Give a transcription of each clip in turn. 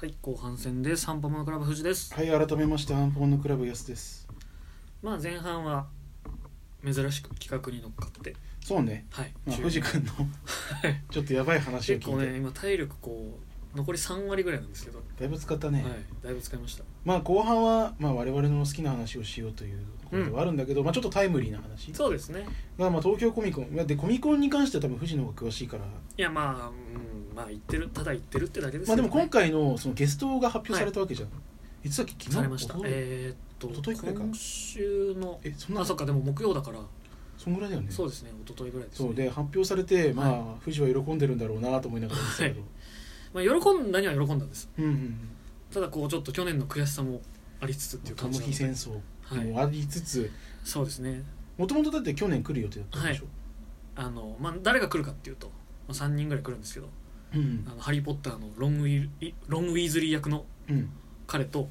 はい後半戦です散歩ものクラブ藤ですはい改めましてアンポンのクラブ安ですまあ前半は珍しく企画に乗っかってそうね、はい、まあ、中藤君のはいちょっとやばい話を聞い結て、構ね今体力こう残り3割ぐらいなんですけど、だいぶ使ったね、はいだいぶ使いましたまあ後半は、まあ、我々の好きな話をしようということではあるんだけど、まあ、ちょっとタイムリーな話そうですねまあまあ東京コミコンまあでコミコンに関しては多分藤野が詳しいからいやまあ、うん、まあ言ってるただ言ってるってだけですまあでも今回回のそのゲストが発表されたわけじゃん、い、つだっけ昨日されましたおとといえーっと一昨日くらいか今週のえそんなあそっかでも木曜だからそんぐらいだよねそうですね一昨日ぐらいです、ね、そうで発表されてまあ、は藤は喜んでるんだろうなと思いながら見てたけど、まあ、喜んだには喜んだんですうんうんうんただこうちょっと去年の悔しさもありつつっていう歌感舞じなので伎戦争はいもありつつ、そうですねもともとだって去年来る予定だったんでしょ、あの、まあ、誰が来るかっていうと、まあ、3人ぐらい来るんですけどうんあのハリー・ポッターのロンウィロンウィーズリー役のうん彼と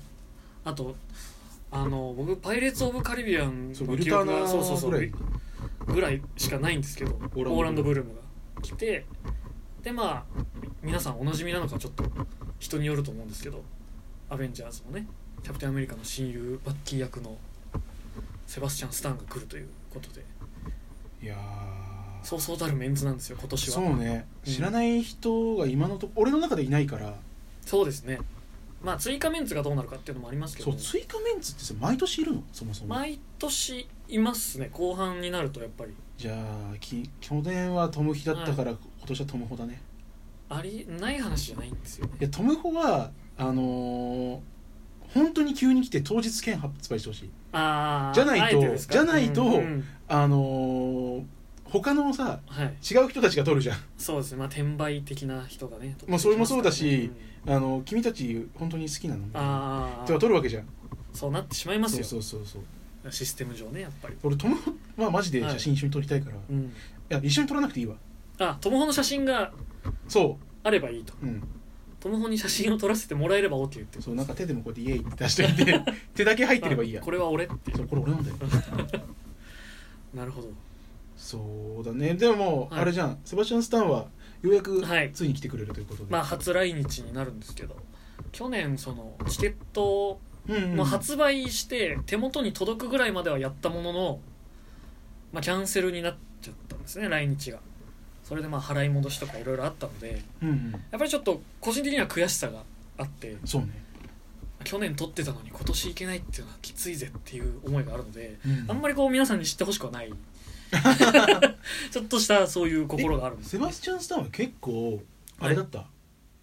あとあの僕「パイレーツ・オブ・カリビアン」そうのウル記ター憶ナがそうそうそうぐらいぐらいしかないんですけどオーランドブルームーランド・ブルームが来てでまあ皆さんおなじみなのかちょっと人によると思うんですけどアベンジャーズのねキャプテンアメリカの親友バッキー役のセバスチャン・スタンが来るということでいやーそうそうたるメンツなんですよ今年はそうねうん知らない人が今のとこ俺の中でいないからそうですねまあ追加メンツがどうなるかっていうのもありますけそどう追加メンツってさ毎年いるのそもそも毎年いますね後半になるとやっぱりじゃあき去年はトム・ヒだったから、今年はトム・ホだねありない話じゃないんですよねいやトム・ホはあのー本当に急に来て当日券発売してほしいああじゃないとあえてですかじゃないとうんうんあのー他のさはい違う人たちが取るじゃんそうですねまあ転売的な人がねまあそれもそうだし取ってきますあの君たち本当に好きなのからねああ人が取るわけじゃんそうなってしまいますそうよそうそうそうシステム上ねやっぱり俺トムホはマジで写真一緒に撮りたいから、い、うんや一緒に撮らなくていいわあトムホの写真がそあればいいとううんトムホに写真を撮らせてもらえれば OK ってそうなんか手でもこうやって「イエイ」って出してい て手だけ入ってればいいやあこれは俺ってそうこれ俺なんだよなるほどそうだねでももうはいあれじゃんセバスチャン・スタンはようやくはいついに来てくれるということで、まあ初来日になるんですけど去年そのチケットうんうんの発売して手元に届くぐらいまではやったものの、まあ、キャンセルになっちゃったんですね来日がそれでまあ払い戻しとかいろいろあったのでうんうんやっぱりちょっと個人的には悔しさがあってそうね、去年取ってたのに今年行けないっていうのはきついぜっていう思いがあるのでうんあんまりこう皆さんに知ってほしくは ない ちょっとしたそういう心があるんですセバスチャン・スタンは結構あれだった、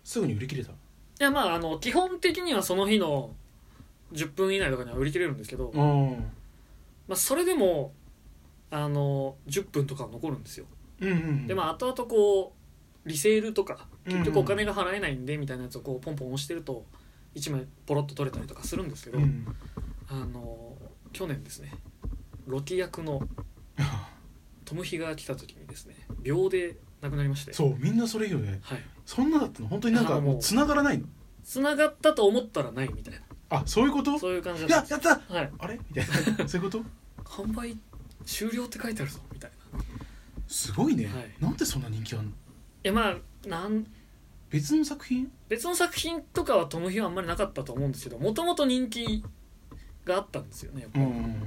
すぐに売り切れたいやまああの基本的にはその日の10分以内とかには売り切れるんですけど、うんうんまあ、それでもあの10分とかは残るんですようんでまあ後々こうリセールとかうん結局お金が払えないんでみたいなやつをこうポンポン押してると1枚ポロッと取れたりとかするんですけど、うん、あの去年ですねロキ役のトムヒが来た時にですね秒で亡くなりましてそうみんなそれいいよねはいそんなだったの本当になんなんかかもうもう繋がらないの繋がったと思ったらないみたいなあそういうことそういう感じいだやったやったはいあれみたいなそういうこと販売終了って書いてあるぞみたいないすごいね、はいなんでそんな人気あんのやまあなん別の作品別の作品とかはトム・ヒはあんまりなかったと思うんですけどもともと人気があったんですよねやっぱうり、ん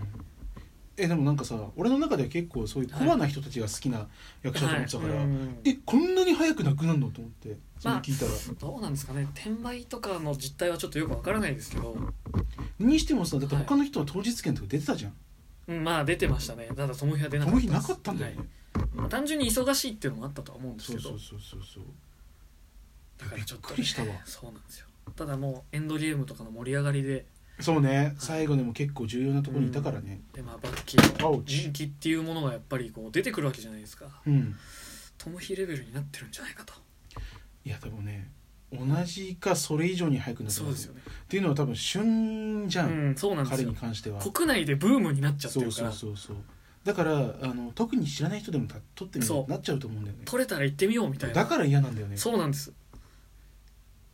えでもなんかさ俺の中では結構そういうコアな人たちが好きな役者だと思ってたから、はいうんえこんなに早くなくなるのと思ってそれ聞いたら、どうなんですかね転売とかの実態はちょっとよくわからないですけど、にしてもさだって他の人は当日券とか出てたじゃん、うん、まあ出てましたねただトム・ヒは出なこかったでのす日なかったんだよね、はいまあ単純に忙しいっていうのもあったとは思うんですそけうどそうそうそうそうだからちょっびっと、くりしたわそうなんですよただもうエンドゲームとかの盛り上がりで そうね最後でも結構重要なところにいたからねで、まあ、バッキー青の地人気っていうものがやっぱりこう出てくるわけじゃないですかうんトム・ヒレベルになってるんじゃないかといや多分ね同じかそれ以上に早くなったそうですよねっていうのは多分旬じゃん、うんそうなんです彼よに関しては国内でブームになっちゃってそるうかそうらそうそうだからあの特に知らない人でもた撮ってみよそううなっちゃうと思うんだよね取れたら行ってみようみたいなだから嫌なんだよねそうなんです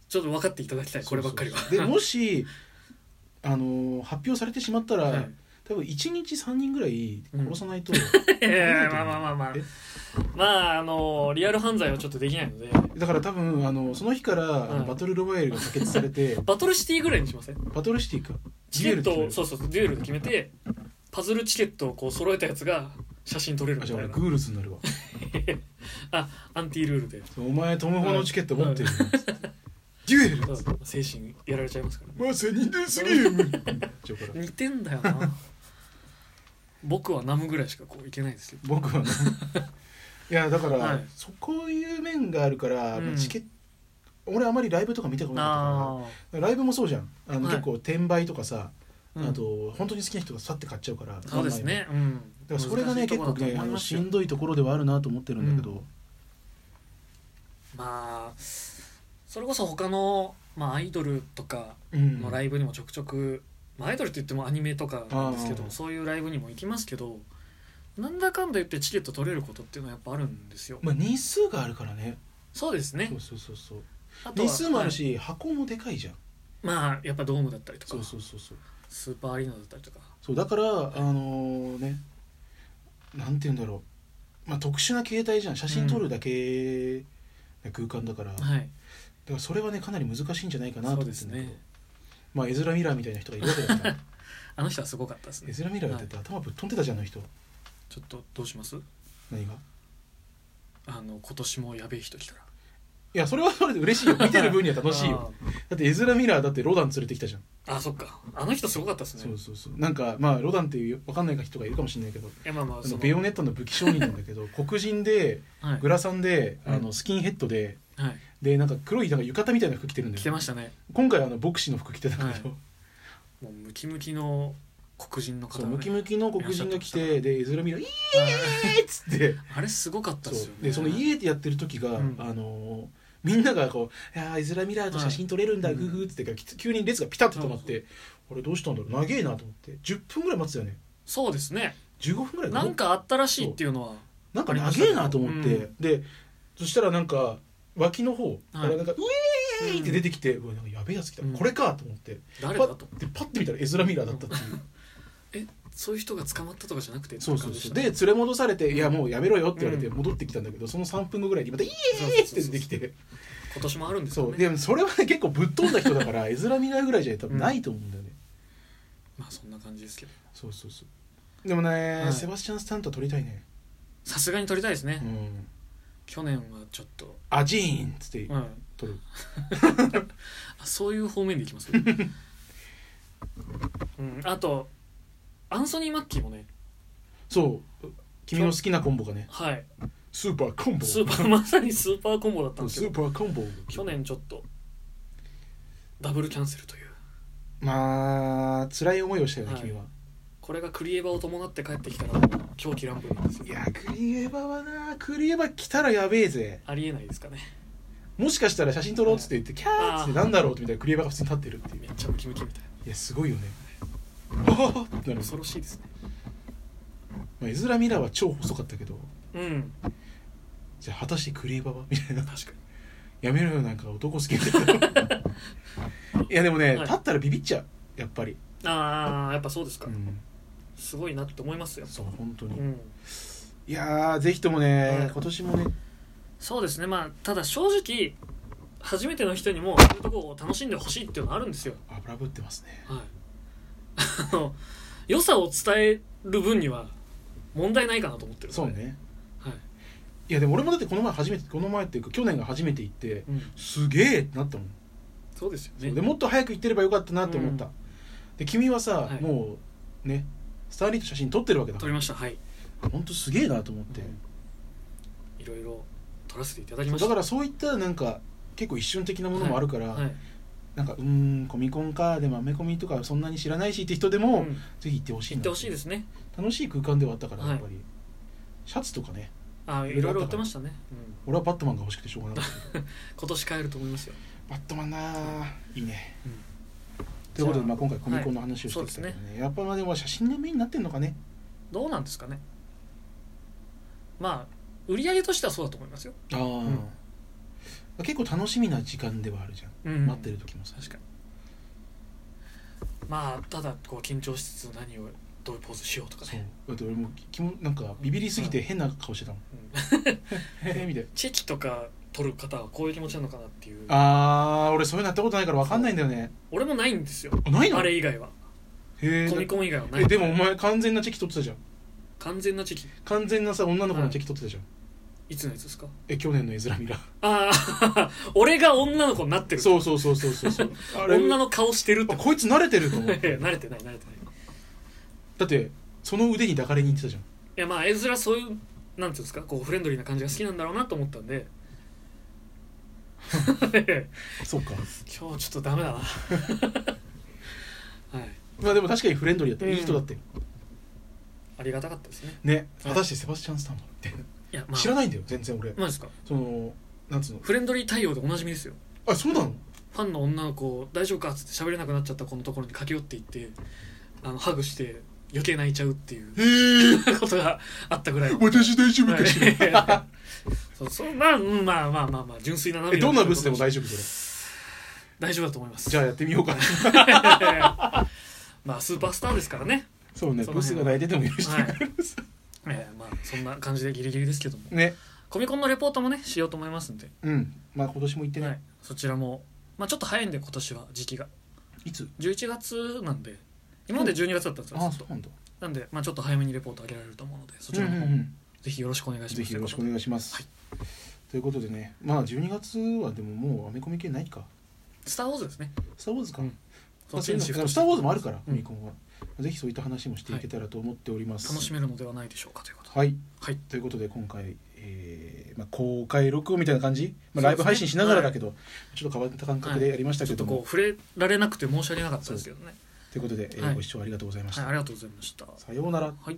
ちょっと分かっていただきたいこればっかりはそうそうそうでもしあの発表されてしまったら、はい多分1日3人ぐらい殺さないと、いやいやまあまあまあまあえまああのリアル犯罪はちょっとできないのでだから多 分あのその日から、あのうんバトルロワイヤルが可決されてバトルシティぐらいにしませんバトルシティかチケッデュエトルをってそ言うそうそうデュエルで決めてパズルチケットをこう揃えたやつが写真撮れるうあみじたゃあ俺いなグールズになるわあアンティールールでそうお前トム・ホのチケット持ってる、デュエルそう精神やられちゃいますからねまさにで すゲームちょこら似てんだよな僕はナムぐらいしかこういけないですけど僕 はねいやだから、はいそこいう面があるから、うんチケット俺あまりライブとか見たことなかあったからライブもそうじゃんあの、はい結構転売とかさ、あ、うんあと本当に好きな人がさって買っちゃうからそうですねうんだからそれがね難しいと結こだ構と思いねあのますしよんどいところではあるなと思ってるんだけど、まあそれこそ他の、まあ、アイドルとかうんのライブにもちょくちょく、まあ、アイドルって言ってもアニメとかなんですけあどーそういうライブにも行きますけどなんだかんだ言ってチケット取れることっていうのはやっぱあるんですよ、まあ、日数があるからねそうですねそうそうそうそうあとは日数もあるし、箱もでかいじゃんはいまあやっぱドームだったりとかそうそうそうそうスーパーアリーナだったりとかそうだからあのねなんて言うんだろう、まあ、特殊な携帯じゃん写真撮るだけな空間だから、だかはいらそれはねかなり難しいんじゃないかなと思ってんだけど、そうですねまあ、エズラ・ミラーみたいな人がいるわけ だからあの人はすごかったですエねズラ・ミラーだって頭ぶっ飛んでたじゃんあの人ちょっとどうします何があの今年もやべえ人来たらいやそれはそれで嬉しいよ見てる分には楽しいよ あーだってエズラ・ミラーだってロダン連れてきたじゃんあそっかあの人すごかったですそねうそうそうなんかまあロダンっていう分かんない人がいるかもしれないけどいやまあまああそののベヨネットの武器商人なんだけど黒人ではいグラサンでうんあのスキンヘッドではいでなんか黒いなんか浴衣みたいな服着てるんだ来よてましたね今回はあのボクシーの服着てたんだ けど、もうムキムキの黒人の方そがうねムキムキの黒人が来いらっしゃってでエズラミラ「イエはーイ!」っつっ ていあれすごかったそうですよねでその「イエーイ!」ってやってる時が、うんあのーみんながこう「いやーエズラミラーと写真撮れるんだ、はいグフー」っつってから急に列がピタッと止まってあれどうしたんだろう長えなと思って10分ぐらい待つよねそうですね15分ぐらいかなんかあったらしいっていうのはなんか長えなと思って、うでそしたらなんか脇の方からなんか「ウいェーイ!」って出てきて、うわなんかやべえやつ来た、うんこれかと思って誰だとでパッて見たらエズラ・ミラーだったっていう、そういう人が捕まったとかじゃなくてそうそうそうってで感連れ戻されて「いやもうやめろよ」って言われてうん戻ってきたんだけどその3分後ぐらいにまた「イエじしたーイ!」ってそう出そうそうてきて今年もあるんですよそうねでそれはね結構ぶっ飛んだ人だから エズラ・ミラーぐらいじゃ多分ないと思うんだよね、まあそんな感じですけどそうそうそうでもね、いセバスチャン・スタント撮りたいねさすがに撮りたいですねうん去年はちょっと「アジーン!」っつってうん撮る、あそういう方面でいきます ねうんあとアンソニー・マッキーもねそう君の好きなコンボがねはいスーパーコンボスーパーまさにスーパーコンボだったんですスけーどパーコンボ去年ちょっとダブルキャンセルというまあ辛い思いをしたよね、はい君はこれがクリエバを伴って帰ってきたら狂気乱舞なんですよいやクリエバはなクリエバ来たらやべえぜありえないですかねもしかしたら写真撮ろうっつって言ってキャーっつあーってなんだろうってみたいなクリエバが普通に立ってるっていうめっちゃムキムキみたいいやすごいよねああってななる、恐ろしいですねまあ、エズラ・ミラーは超細かったけどうんじゃあ果たしてクリエバはみたいな確かやめろよなんか男好き みたいないやでもはね、い立ったらビビっちゃうやっぱり、にああやっぱそうですか、うん、すごいなって思いますよそう本当うに、んいやーぜひともね、はい今年もねそうですねまあただ正直初めての人にもそういうとこを楽しんでほしいっていうのはあるんですよ油ぶってますねはいあの良さを伝える分には問題ないかなと思ってるそうね、ねはいいやでも俺もだってこの前初めてこの前っていうか去年が初めて行ってうん、すげえってなったもん、そうですよそうねでもっと早く行ってればよかったなって思った、うんで君はさ、はいもうねスターリーと写真撮ってるわけだ撮かりましたはいらほんとすげえなと思って、いろいろ撮らせていただきましだたからそういったなんか結構一瞬的なものもあるから、はい、なんかうーんコミコンかでもアメコミとかそんなに知らないしって人でも、うんぜひ行ってほしい行なってほしいですね楽しい空間ではあったからはいやっぱり、シャツとかねあいろいろ売ってましたね、うん俺はバットマンが欲しくてしょうがなかったけど今年買えると思いますよバットマンなあいいね、うんということじゃで、あまあ、今回コミコンの話をしてきたけどはいね,、やっぱまあでも写真のメインになってんのかねどうなんですかねまあ売り上げとしてはそうだと思いますよ、ああ、結構楽しみな時間ではあるじゃん、うん待ってる時もさ確かにまあただこう緊張しつつ何をどういうポーズしようとかそうね、だって俺もきもなんかビビりすぎて変な顔 してたもんうんへえみたいなチェキとか取る方はこういう気持ちなのかなっていうあー俺そういうのやったことないから分かんないんだよね俺もないんですよあないのあれ以外はへコミえコン以外はないえでもお前完全なチェキ取ってたじゃん完全なチェキ完全なさ女の子のチェキ取ってたじゃん、いつのやつですかえ去年の絵面 見がああ 俺が女の子になってるそうそうそうそうそ うそうあれ女の顔してるっあてこいつ慣れてると 思うい や慣れてない慣れてないだってその腕に抱かれに行ってたじゃんいやまあ絵面そういうなんていうんですかこうフレンドリーな感じが好きなんだろうなと思ったんで 今日そうかちょっとダメだな はいまあでも確かにフレンドリーだった、うんいい人だったよありがたかったですねねはい果たしてセバスチャン・スタンバーみたいないやまあ知らないんだよ全然俺まあですかそのなんつうのフレンドリー対応でおなじみですよあそうなのファンの女の子大丈夫かっつって喋れなくなっちゃった子のところに駆け寄っていってあのハグして余計泣いちゃうっていうへえことがあったぐらいの私大丈夫かしら、はいそうそうまあうんまあまあまあまあ純粋なえ涙どんなブスでも大大丈夫それ丈夫だと思いますじゃあやってみようかまあスーパースターですからね、 そうねその辺はブスが泣いてても許してくれる、えーまあそんな感じでギリギリですけどもねコミコンのレポートもねしようと思いますんで、うんまあ今年も行ってなはいい、そちらも、まあ、ちょっと早いんで今年は時期がいつ11月なんで今まで12月だったんですよ、あずっとそうなんだなんで、まあ、ちょっと早めにレポートあげられると思うのでそちらのうん方うんもうんぜひよろしくお願いしますぜひよろしくおというこ願いします、ということでねまあ12月はでももうアメコミ系ないかとでスター・ウォーズですねスター・ウォーズか、うんまあそういうのシスフタトしてー・ウォーズもあるから、うんミコンはぜひそういった話もしていけたらと思っております、楽しめるのではないでしょうかということではい、はいということで今回、えーまあ、公開録音みたいな感じ、まそうですねあ、ライブ配信しながらだけど、ちょっと変わった感覚でやりましたちょけっとどこも、う触れられなくて申し訳なかったですけどねということで、えーはいご視聴ありがとうございましはた、いありがとうございましたさようならはい